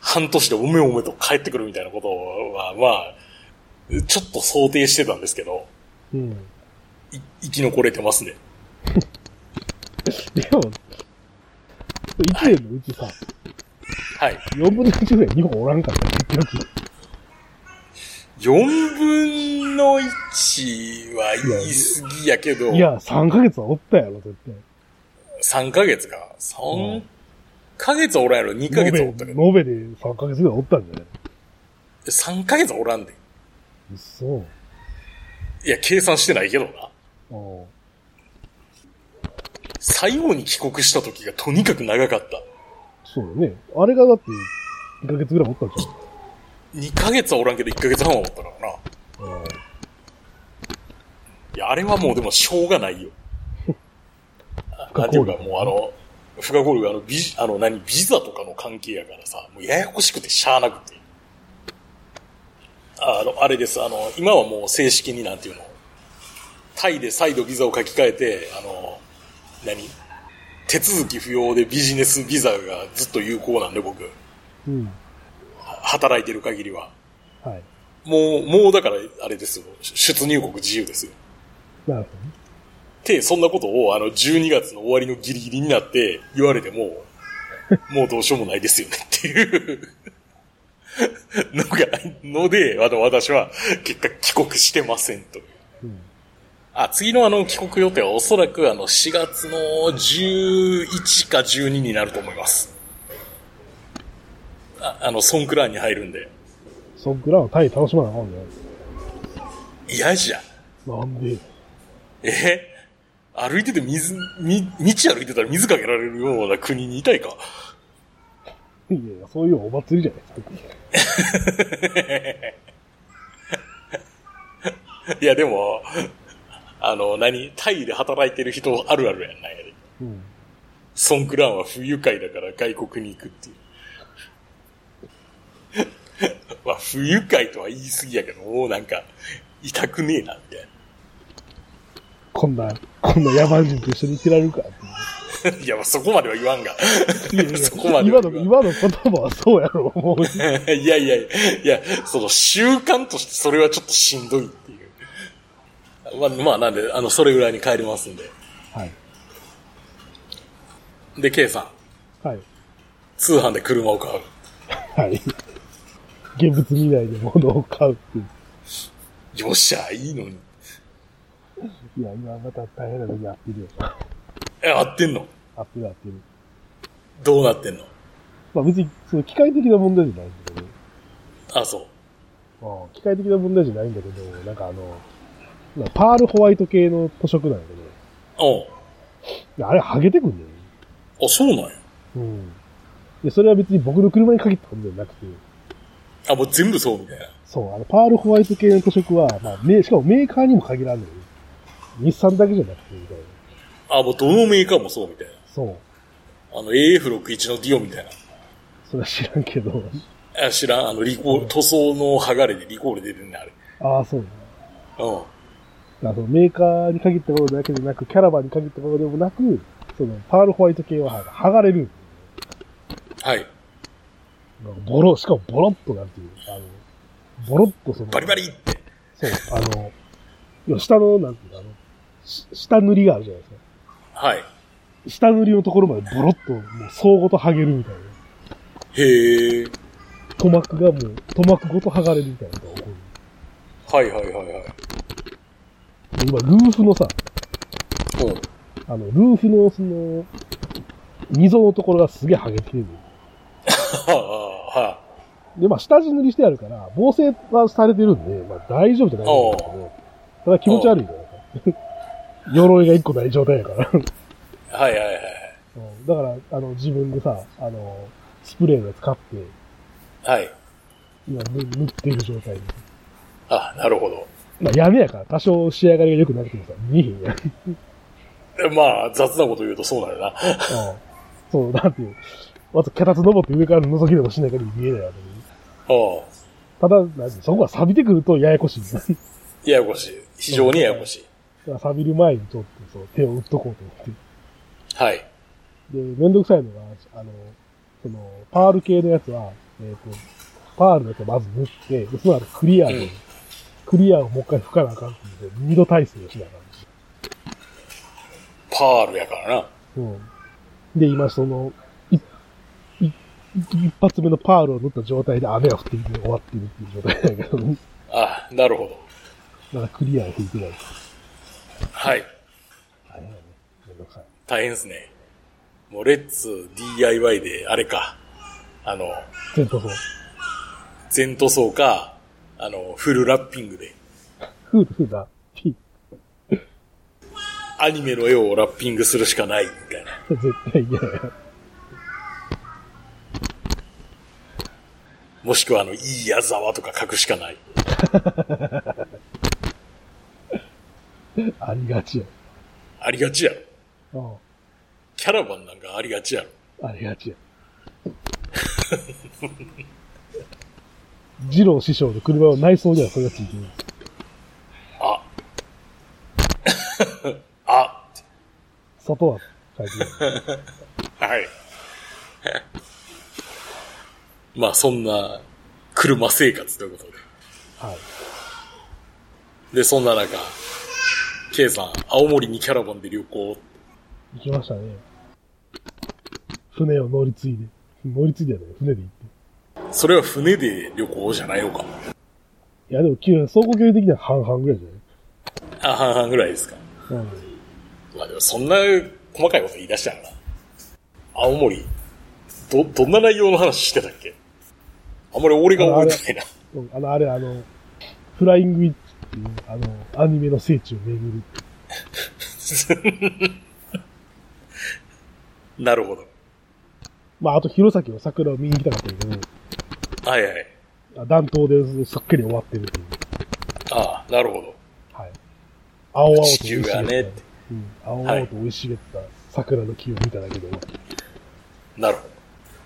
Speaker 1: 半年でおめおめと帰ってくるみたいなことは、まあ、ちょっと想定してたんですけど、
Speaker 2: うん。
Speaker 1: い生き残れてますね。
Speaker 2: でも、1年のうちさ、
Speaker 1: はい。
Speaker 2: 4分の1ぐらい日本おらんかった、結局。
Speaker 1: 4分の1は言い過ぎやけど、
Speaker 2: いや、3ヶ月はおったやろ、絶対。
Speaker 1: 3ヶ月か。
Speaker 2: う
Speaker 1: 3
Speaker 2: ん
Speaker 1: ヶ月はおらんやろ、2ヶ月はおったけど。
Speaker 2: 延べ延べで3ヶ月ぐらいおったんじゃない
Speaker 1: 3ヶ月はおらんで。
Speaker 2: 嘘。
Speaker 1: いや、計算してないけどな。
Speaker 2: うん
Speaker 1: 最後に帰国した時がとにかく長かった。
Speaker 2: そうだね。あれがだって、2ヶ月ぐらいおったんじ
Speaker 1: 2ヶ月はおらんけど1ヶ月半はおったからな。
Speaker 2: ゃん。う
Speaker 1: い
Speaker 2: ん
Speaker 1: や、あれはもうでもしょうがないよ。
Speaker 2: 不可抗
Speaker 1: な
Speaker 2: 力
Speaker 1: んていうか、もうあの、不可抗力、あの、ビジ、あの、何、ビザとかの関係やからさ、もうややこしくてしゃあなくて。ああの、あれです、あの、今はもう正式になんていうの、タイで再度ビザを書き換えて、あの、何手続き不要でビジネスビザがずっと有効なんで僕、は
Speaker 2: うん。
Speaker 1: 働いてる限りは。
Speaker 2: はい。
Speaker 1: もう、もうだから、あれですよ、出入国自由ですよ。
Speaker 2: な
Speaker 1: っ
Speaker 2: る
Speaker 1: て、そんなことを、あの、12月の終わりのギリギリになって言われても、もうどうしようもないですよねっていうのが、ので、あの、私は結果帰国してませんという。
Speaker 2: ほどね。
Speaker 1: あ、次のあの、帰国予定はおそらくあの、4月の11か12になると思います。ああの、ソンクラーンに入るんで。
Speaker 2: うん。そんくらいはタイ楽しまなあかんじゃ
Speaker 1: 嫌じゃん。
Speaker 2: ないなんで
Speaker 1: え歩いてて水、み、道歩いてたら水かけられるような国にいたいか。
Speaker 2: いやいや、そういうお祭りじゃないですか。
Speaker 1: いや、でも、あの、何タイで働いてる人あるあるやんなんやで。
Speaker 2: うん。
Speaker 1: ソンクラーンは不愉快だから外国に行くっていう。 まあ、不愉快とは言い過ぎやけど、もうなんか、痛くねえな、みたい
Speaker 2: こんな、こんな野蛮人と一緒に生きられるかって
Speaker 1: な。い や、まあ、そこまでは言わんが。
Speaker 2: いう。い やいや
Speaker 1: そこまで
Speaker 2: 今
Speaker 1: は
Speaker 2: の、
Speaker 1: 言わん
Speaker 2: 今の言葉はそうやろ、もう。
Speaker 1: いやいやいや、いや、その習慣としてそれはちょっとしんどいっていう。まあ、まあ、なんで、あの、それぐらいに帰りますんで。
Speaker 2: はい。
Speaker 1: で、K さん、
Speaker 2: はい。
Speaker 1: 通販で車を買う。
Speaker 2: はい。現物見ないで物を買うっていう。
Speaker 1: よっしゃ、いいのに。
Speaker 2: いや、今また大変な時にやってるよ。
Speaker 1: え、合ってんの
Speaker 2: アップが合ってる。
Speaker 1: どうなってんの
Speaker 2: まあ別に、その機械的な問題じゃないんだけど、
Speaker 1: あ、そう。
Speaker 2: まあ、機械的な問題じゃないんだけど、なんかあの、まあパールホワイト系の塗色なんだけどい
Speaker 1: おう
Speaker 2: や、あれ剥げてくんだよね。
Speaker 1: あ、そうなんや。
Speaker 2: うん。で、それは別に僕の車に限ったことじゃなくて、
Speaker 1: あ、もう全部そうみたいな。
Speaker 2: そう、あの、パールホワイト系の塗色は、まあ、めしかもメーカーにも限らんのよ。日産だけじゃなくて、みたいな。
Speaker 1: あ、もうどのメーカーもそうみたいな。
Speaker 2: そう。
Speaker 1: あの、AF61 のディオみたい
Speaker 2: それは知らんけど。
Speaker 1: な。あ知らん、あの、リコール、塗装の剥がれでリコール出てるね、あれ。
Speaker 2: ああ、そう
Speaker 1: うん。
Speaker 2: だ。だからそのメーカーに限ったことだけでなく、キャラバンに限ったことでもなく、その、パールホワイト系は剥がれる。
Speaker 1: はい。
Speaker 2: ボロ、しかもボロっとなんていう、あの、ボロっとその、
Speaker 1: バリバリって。
Speaker 2: そう、あの、いや下の、なんていうか、あの、し下塗りがあるじゃないですか。
Speaker 1: はい。
Speaker 2: 下塗りのところまでボロっと、もう、層ごと剥げるみたいな。
Speaker 1: へえ。
Speaker 2: 塗膜がもう、塗膜ごと剥がれるみたいなのが起こる。
Speaker 1: はいはいはいはい。
Speaker 2: で今、ルーフのさ、
Speaker 1: うん。
Speaker 2: あの、ルーフの、その、溝のところがすげえ剥げてる。
Speaker 1: はあ、は
Speaker 2: で、まあ、下地塗りしてあるから、防水はされてるんで、まあ、大丈夫じゃないんだけど、ただ気持ち悪いじゃないですか。 鎧が一個ない状態やから。 うん
Speaker 1: あ。はいはいはい。
Speaker 2: だから、あの、自分でさ、あの、スプレーのやつ買って、
Speaker 1: はい。
Speaker 2: 今塗塗っている状態で。
Speaker 1: あ、なるほど。
Speaker 2: まあ、屋根やから、多少仕上がりが良くなくてもさ、見えへんやん。うん
Speaker 1: えまあ、雑なこと言うとそうなんだな。
Speaker 2: そう、なんていう。まず、脚立登って上から覗きでもしない限り見えないわけで。
Speaker 1: うん。
Speaker 2: ただ、なんていうそこが錆びてくるとややこしいんだ。
Speaker 1: ややこしい。非常にややこしい。
Speaker 2: 錆びる前にちょっとそう、手を打っとこうと思って。
Speaker 1: はい。
Speaker 2: で、めんどくさいのが、あの、その、パール系のやつは、えっ、と、パールのやつをまず塗って、でその後クリアで、
Speaker 1: うん
Speaker 2: クリアをもう一回吹かなあかんっていうので、二度耐性をしなあかんです
Speaker 1: パールやからな。
Speaker 2: うん。で、今その、い、い、一発目のパールを塗った状態で雨が降っていて終わっているっていう状態だけ ど、
Speaker 1: あ、なるほど。
Speaker 2: まだクリアができてない。
Speaker 1: はい。
Speaker 2: 大変やね。めんどくさい。
Speaker 1: 大変ですね。もう、レッツ DIY で、あれか。あの、
Speaker 2: 全塗装。
Speaker 1: 全塗装か、あの、フルラッピングで、
Speaker 2: フードフーだ。ピ
Speaker 1: アニメの絵をラッピングするしかない、みたいな。
Speaker 2: ー。絶対嫌や。
Speaker 1: もしくは、あの、いい矢沢とか書くしかない。
Speaker 2: ありがちや。
Speaker 1: ありがちやろ。
Speaker 2: うん。
Speaker 1: キャラバンなんかありがちやろ。
Speaker 2: ありが ちや。二郎師匠の車の内装にはそれがついてる。
Speaker 1: あ。 あ。
Speaker 2: 外は書いてない。
Speaker 1: はい。 まあ、そんな、車生活ということで。
Speaker 2: はい。
Speaker 1: で、そんな中、K さん、青森にキャラバンで旅行。
Speaker 2: 行きましたね。船を乗り継いで。乗り継いでやね。船で行って。
Speaker 1: それは船で旅行じゃないのか。
Speaker 2: いや、でも、きゅう総合距離的には半々ぐらいじ
Speaker 1: あ、半々ぐらいですか。
Speaker 2: ゃない
Speaker 1: まあでもそんな細かいこと言い出したらな。青森、ど、どんな内容の話してたっけあんまり俺が覚えてない
Speaker 2: うん。あの、あれ、あの、フライングイッチっていう、あの、アニメの聖地を巡る。
Speaker 1: な。 なるほど。
Speaker 2: まあ、あと、弘前の桜を見に行きたかったけど
Speaker 1: はいはい。、
Speaker 2: あ暖冬ですっきり終わってるっていう。
Speaker 1: ああ、なるほど。
Speaker 2: はい。青々と
Speaker 1: 地球がねって
Speaker 2: うん。青々と生い茂った桜の木を見ただけで、
Speaker 1: なるほ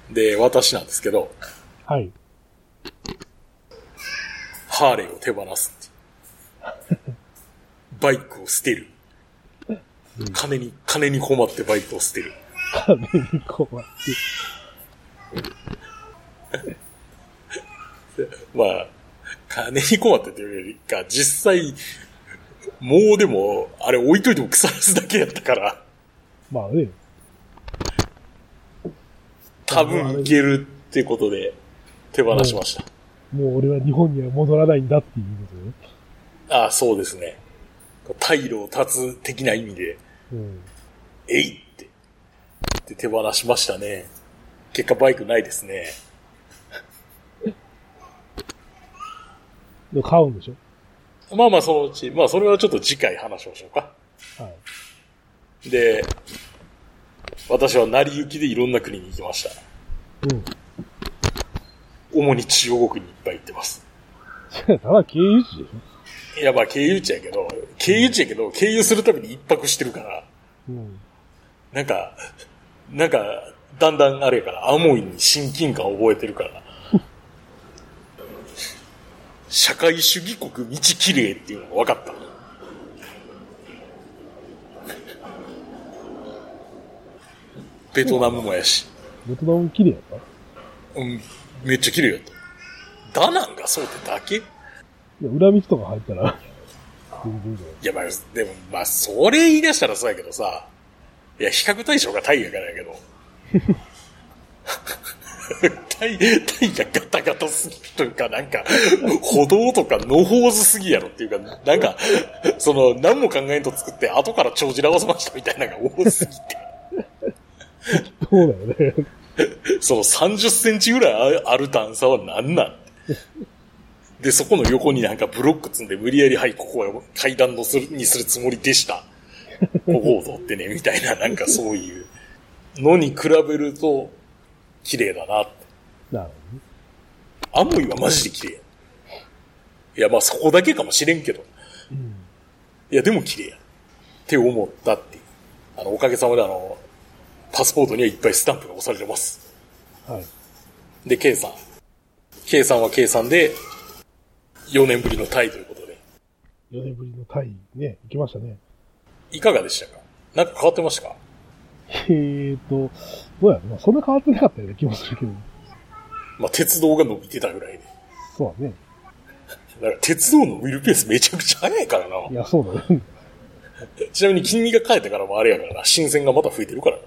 Speaker 1: ど。で、私なんですけど、
Speaker 2: はい。
Speaker 1: ハーレーを手放すっていうバイクを捨てる。金に、金に困ってバイクを捨てる。
Speaker 2: 壁にこうやって。
Speaker 1: まあ、金に困ってというよりか、実際、もうでも、あれ置いといても腐らすだけやったから、
Speaker 2: まあね、
Speaker 1: 多分いけるってことで、手放しました。
Speaker 2: もう俺は日本には戻らないんだっていうことね。
Speaker 1: ああ、そうですね。退路を断つ的な意味で、
Speaker 2: うん。
Speaker 1: えいって、で手放しましたね。結果バイクないですね。
Speaker 2: でも買うんでしょ
Speaker 1: まあまあそのうち、まあそれはちょっと次回話しましょうか。
Speaker 2: はい。
Speaker 1: で、私は成り行きでいろんな国に行きました。
Speaker 2: うん。
Speaker 1: 主に中国にいっぱい行ってます。
Speaker 2: ただ経由地でし
Speaker 1: いや、まあ、経由地やけど、経由地やけど、経由するたびに一泊してるから、
Speaker 2: ょうん。
Speaker 1: なんか、なんか、だんだんあれやから、アモイに親近感を覚えてるから。 社会主義国道きれいっていうのが分かった。ベトナムもやし。
Speaker 2: ベトナム綺麗やった
Speaker 1: うん、めっちゃ綺麗やった。ダナンがそうってだけい
Speaker 2: いや、裏道とか入ったら、 全然いいじゃない
Speaker 1: や、まあ、でも、まあ、それ言い出したらそうやけどさ、いや、比較対象がタイやからやけど。 タイ、タイがガタガタすぎるというか、なんか、歩道とか野放図すぎやろっていうか、なんか、その、何も考えんと作って、後から帳尻合わせましたみたいなのが多すぎて。
Speaker 2: そうだよね。
Speaker 1: その30センチぐらいあある段差は何なんで、そこの横になんかブロック積んで無理やり、はい、ここは階段のするにするつもりでした。ここを取ってね、みたいな、なんかそういうのに比べると、綺麗だなって。
Speaker 2: なる
Speaker 1: アモイはマジで綺麗や。いや、まあそこだけかもしれんけど。
Speaker 2: ほどね。
Speaker 1: いや、でも綺麗や。って思ったっていう。あの、おかげさまであの、パスポートにはいっぱいスタンプが押されてます。
Speaker 2: うん。はい。
Speaker 1: で、K さん。K さんは K さんで、4年ぶりのタイということで。
Speaker 2: 4年ぶりのタイね、行きましたね。
Speaker 1: いかがでしたかなんか変わってましたか
Speaker 2: えーと、どうやろまあ、そんな変わってなかったような気もするけど。
Speaker 1: まあ、鉄道が伸びてたぐらいで。
Speaker 2: そうだね。。
Speaker 1: だから、鉄道のウィルペースめちゃくちゃ速いからない
Speaker 2: や、そうだね。
Speaker 1: ちなみに、金利が変えてからもあれやからな。新鮮がまた増えてるからな。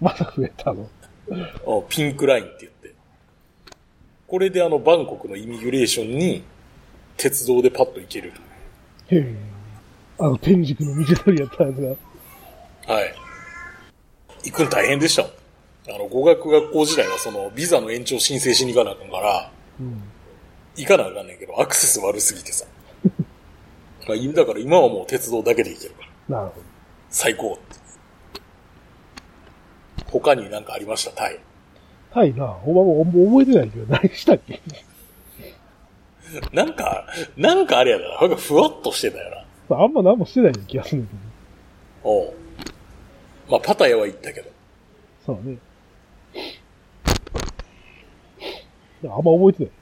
Speaker 2: また増えたの。
Speaker 1: あピンクラインって言って。これであの、バンコクのイミグレーションに、鉄道でパッと行ける。
Speaker 2: へえ。あの、天竺の道取りやったやつが。
Speaker 1: はい。行くん大変でしたもん。あの、語学学校時代はその、ビザの延長申請しに行かなあかんから、
Speaker 2: うん。
Speaker 1: 行かなあかんねんけど、アクセス悪すぎてさ。 まあ、いだから今はもう鉄道だけで行けるから。
Speaker 2: なるほど。
Speaker 1: 最高って。他になんかありましたタイ。
Speaker 2: タイな、ほんまもう覚えてないけど、何したっけ
Speaker 1: なんか、なんかあれやな。なんかふわっとしてたよな。
Speaker 2: あんま何もしてないような気がするんだけ
Speaker 1: おうまあ、パタヤは行ったけど。
Speaker 2: ど。そうね。いやあんま覚えてない。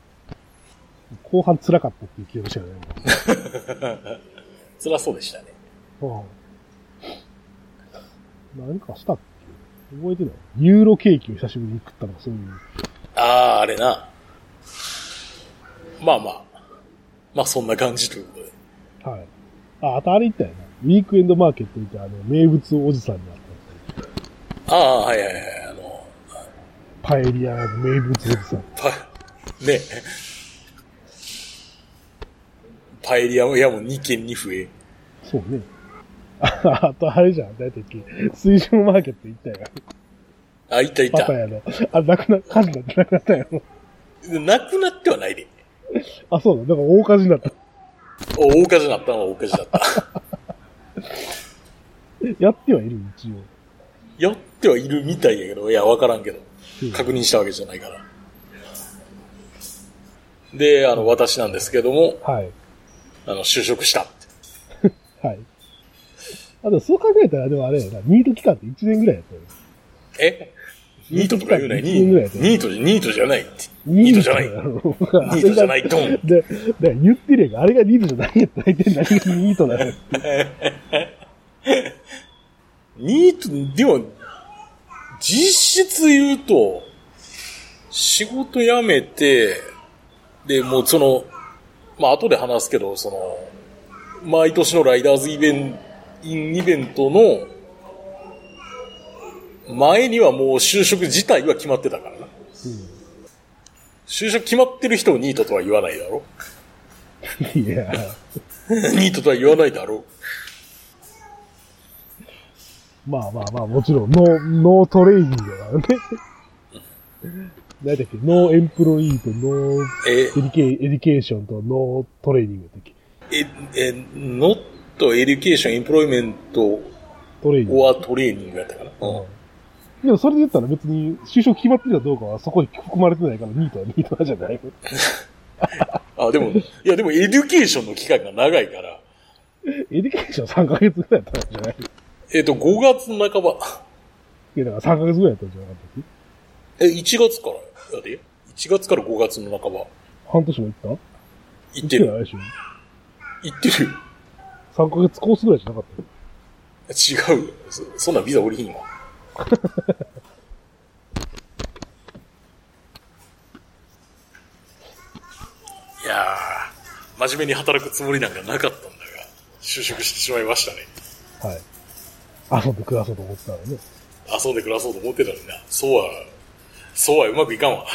Speaker 2: 後半辛かったっていう記憶しかない
Speaker 1: 辛そうでしたね。
Speaker 2: もん。うん。何かしたっけ覚えてない。ユーロケーキを久しぶりに食ったのがそういう。
Speaker 1: ああ、あれな。まあまあ。まあそんな感じということで。
Speaker 2: はい。あ、あとあれ言ったよな。ウィークエンドマーケット行って、あの、名物おじさんになった。
Speaker 1: ああ、はいはいはい。あの、
Speaker 2: パエリアの名物おじさん。
Speaker 1: パ、ね。パエリアも、いやもう2軒に増え。
Speaker 2: そうね。ああとあれじゃん。だいたい水上マーケット行ったよ。
Speaker 1: あ、いたい
Speaker 2: パ
Speaker 1: た
Speaker 2: パ。やの。あ、なくな、火事になってなくなったやろ。
Speaker 1: なくなってはないで。
Speaker 2: あ、そうだ。だから大火事になった。
Speaker 1: お大火事になったのは大火事だった。
Speaker 2: やってはいる、一応。
Speaker 1: やってはいるみたいやけど、いや、わからんけど
Speaker 2: うん。
Speaker 1: 確認したわけじゃないから。で、あの、私なんですけども、
Speaker 2: はい。
Speaker 1: あの、就職したって。
Speaker 2: はい。あ、でもそう考えたら、でもあれやな。ニート期間って1年ぐらいやったよ。
Speaker 1: えニートとか言うなよ。
Speaker 2: ニ
Speaker 1: ニ
Speaker 2: ートぐらいや
Speaker 1: ー
Speaker 2: と
Speaker 1: ト、
Speaker 2: 思う
Speaker 1: ニートじゃ、ニートじゃないって。ニートじゃない。
Speaker 2: や
Speaker 1: ニ
Speaker 2: ろ。ニー
Speaker 1: ートじゃない、ドン。
Speaker 2: で、で言ってるやんかあれがニートじゃないやったら大体何がニートなの
Speaker 1: ニート、でも、実質言うと、仕事辞めて、で、もうその、まあ、後で話すけど、その、毎年のライダーズイベンインイベントの、前にはもう就職自体は決まってたからな。就職決まってる人をニートとは言わないだろ。
Speaker 2: いや、
Speaker 1: ニートとは言わないだろ。
Speaker 2: まあまあまあ、もちろん、ノー、ノートレーニングだからね。何だっけ、ノーエンプロイーとノー
Speaker 1: え
Speaker 2: エ、ディケエディケーションとノートレーニングだっけ。
Speaker 1: え、え、not education employment
Speaker 2: トレーニング。
Speaker 1: or training だったかな。うん
Speaker 2: うんでもそれで言ったら別に就職決まってるかどうかはそこに含まれてないからニートはニートなんじゃない
Speaker 1: あ、でも、いやでもエデュケーションの期間が長いから、
Speaker 2: エディケーション3ヶ月ぐらいやったんじゃない
Speaker 1: えっ、と、5月の半ば、
Speaker 2: いや、だから3ヶ月ぐらいやったんじゃなかったっけ
Speaker 1: え、1月から、だって、1月から5月の半ば、
Speaker 2: 半年も行った行っ
Speaker 1: 行ってる
Speaker 2: な。いでしょ
Speaker 1: 行ってるよ。
Speaker 2: 3ヶ月コースぐらいじゃなかった
Speaker 1: 違うよ。そそんなビザ降りひんわ。 いやー、真面目に働くつもりなんかなかったんだが、就職してしまいましたね。
Speaker 2: はい。遊んで暮らそうと思ってたらね。
Speaker 1: 遊んで暮らそうと思ってたのにな。そうは、そうはうまくいかんわ。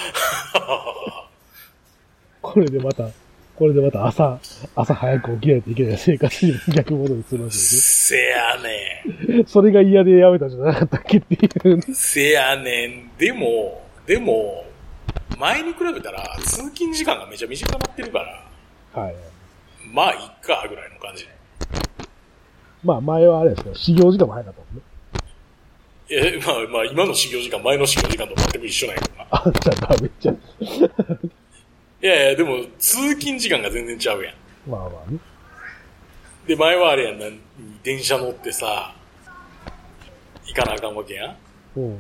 Speaker 2: これでまた、これでまた朝、朝早く起きないといけない生活に逆戻りするわけです
Speaker 1: せやね
Speaker 2: ね。それが嫌でやめたんじゃなかったっけっていう、ね。
Speaker 1: ん。せやねん。でも、でも、前に比べたら通勤時間がめちゃ短くなってるから、
Speaker 2: はい。
Speaker 1: まあ、いっか、ぐらいの感じ。
Speaker 2: まあ前はあれですけど、始業時間も早かったもんね。
Speaker 1: え、まあまあ、今の修行時間、前の修行時間と全く一緒なんやけどな。
Speaker 2: あんちゃんダメじゃん。
Speaker 1: いやいや、でも、通勤時間が全然ちゃうやん。
Speaker 2: まあまあね。
Speaker 1: で、前はあれやんな、電車乗ってさ、行かなあかんわけやん。
Speaker 2: うん。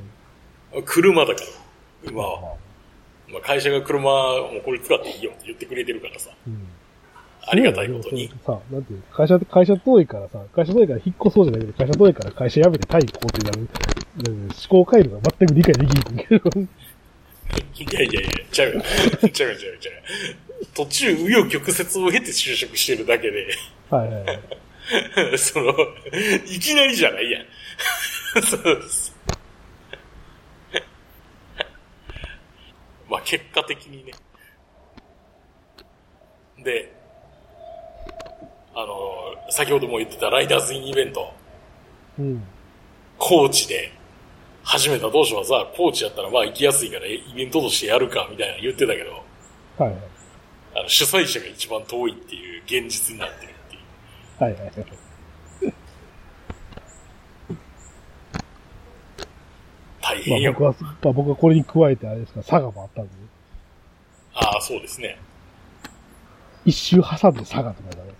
Speaker 1: 車だから。ま
Speaker 2: ま
Speaker 1: あ、まあ、会社が車をこれ使っていいよって言ってくれてるからさ、
Speaker 2: うん。
Speaker 1: ありがたいことに
Speaker 2: で。もそうさ、なんていうの会社、会社遠いからさ、会社遠いから引っ越そうじゃないけど、会社遠いから会社辞めてタイ行こうってなる、なんか思考回路が全く理解できないけど、
Speaker 1: いやいやいや、ちゃうよ。 ちゃうよ、ちゃうよ、ちゃうよ。途中、紆余曲折を経て就職してるだけで、
Speaker 2: はいはいはい。
Speaker 1: その、いきなりじゃないやん。 そうです。まあ結果的にね、で、あの、先ほども言ってたライダーズインイベント、
Speaker 2: うん。
Speaker 1: 高知で始めた当初はさ、高知やったらまあ行きやすいからイベントとしてやるか、みたいな言ってたけど、
Speaker 2: はいはい。
Speaker 1: あの、主催者が一番遠いっていう現実になってるっていう。
Speaker 2: はいはいはい。
Speaker 1: 大変
Speaker 2: ま
Speaker 1: よ
Speaker 2: あ。僕は、まあ僕はこれに加えてあれですか、佐賀もあったんで、
Speaker 1: ああ、そうですね。
Speaker 2: 一周挟んで佐賀とかだね。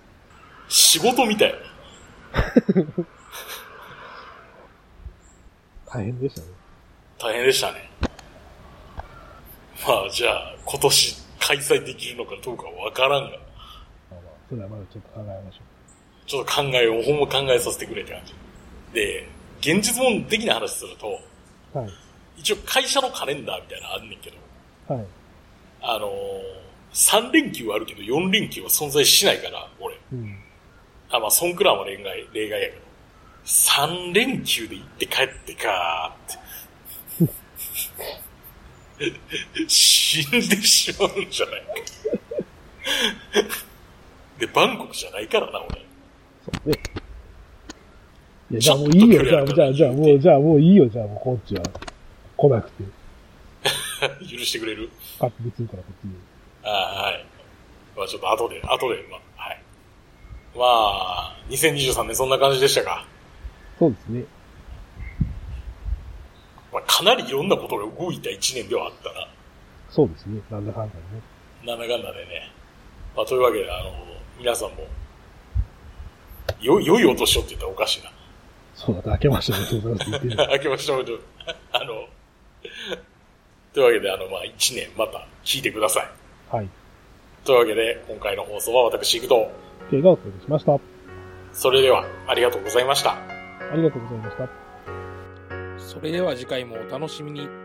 Speaker 1: 仕事みたいな。
Speaker 2: 大変でしたね。
Speaker 1: 大変でしたね。まあ、じゃあ、今年開催できるのかどうかわからんが、
Speaker 2: まあまあ、それはまだちょっと考えましょ
Speaker 1: ちょっと考えを、ほんま考えさせてくれって感じ。で、現実問的な話すると、
Speaker 2: う。はい。
Speaker 1: 一応会社のカレンダーみたいなのあんねんけど、
Speaker 2: はい。
Speaker 1: あのー、3連休はあるけど4連休は存在しないから、俺。
Speaker 2: うん。
Speaker 1: あ、まあ、そんくらいは例外、例外やけど。3連休で行って帰ってかーって。 死んでしまうんじゃないか。で、バンコクじゃないからな、俺。
Speaker 2: そうね。いや、じゃあもういいよ、
Speaker 1: ち
Speaker 2: じゃ
Speaker 1: ょっ
Speaker 2: あ、
Speaker 1: と
Speaker 2: じゃあ、じゃあ、もう、じゃあもういいよ、じゃあもうこっちは。来なくて。
Speaker 1: 許してくれる
Speaker 2: 勝手にするからこっちに。
Speaker 1: ああはい。まあちょっと後で、後で、まあ、はい。まあ、2023年そんな感じでしたか。
Speaker 2: そうですね。
Speaker 1: まあ、かなりいろんなことが動いた1年ではあったな。
Speaker 2: そうですね。なんだかんだね。
Speaker 1: なんだかんだでね。まあ、というわけで、あの、皆さんも、よ、良いお年をって言ったらおかしいな。
Speaker 2: そうだ、開けましたね。そうだ、言ってる。
Speaker 1: 明けましておめでとう。 あの、というわけで、あの、まあ、一年また聞いてください。
Speaker 2: はい。
Speaker 1: というわけで、今回の放送は私、行くと。
Speaker 2: 映画をお届けしました。あ
Speaker 1: それでは、ありがとうございました。
Speaker 2: りがとうございました。
Speaker 1: それでは次回もお楽しみに。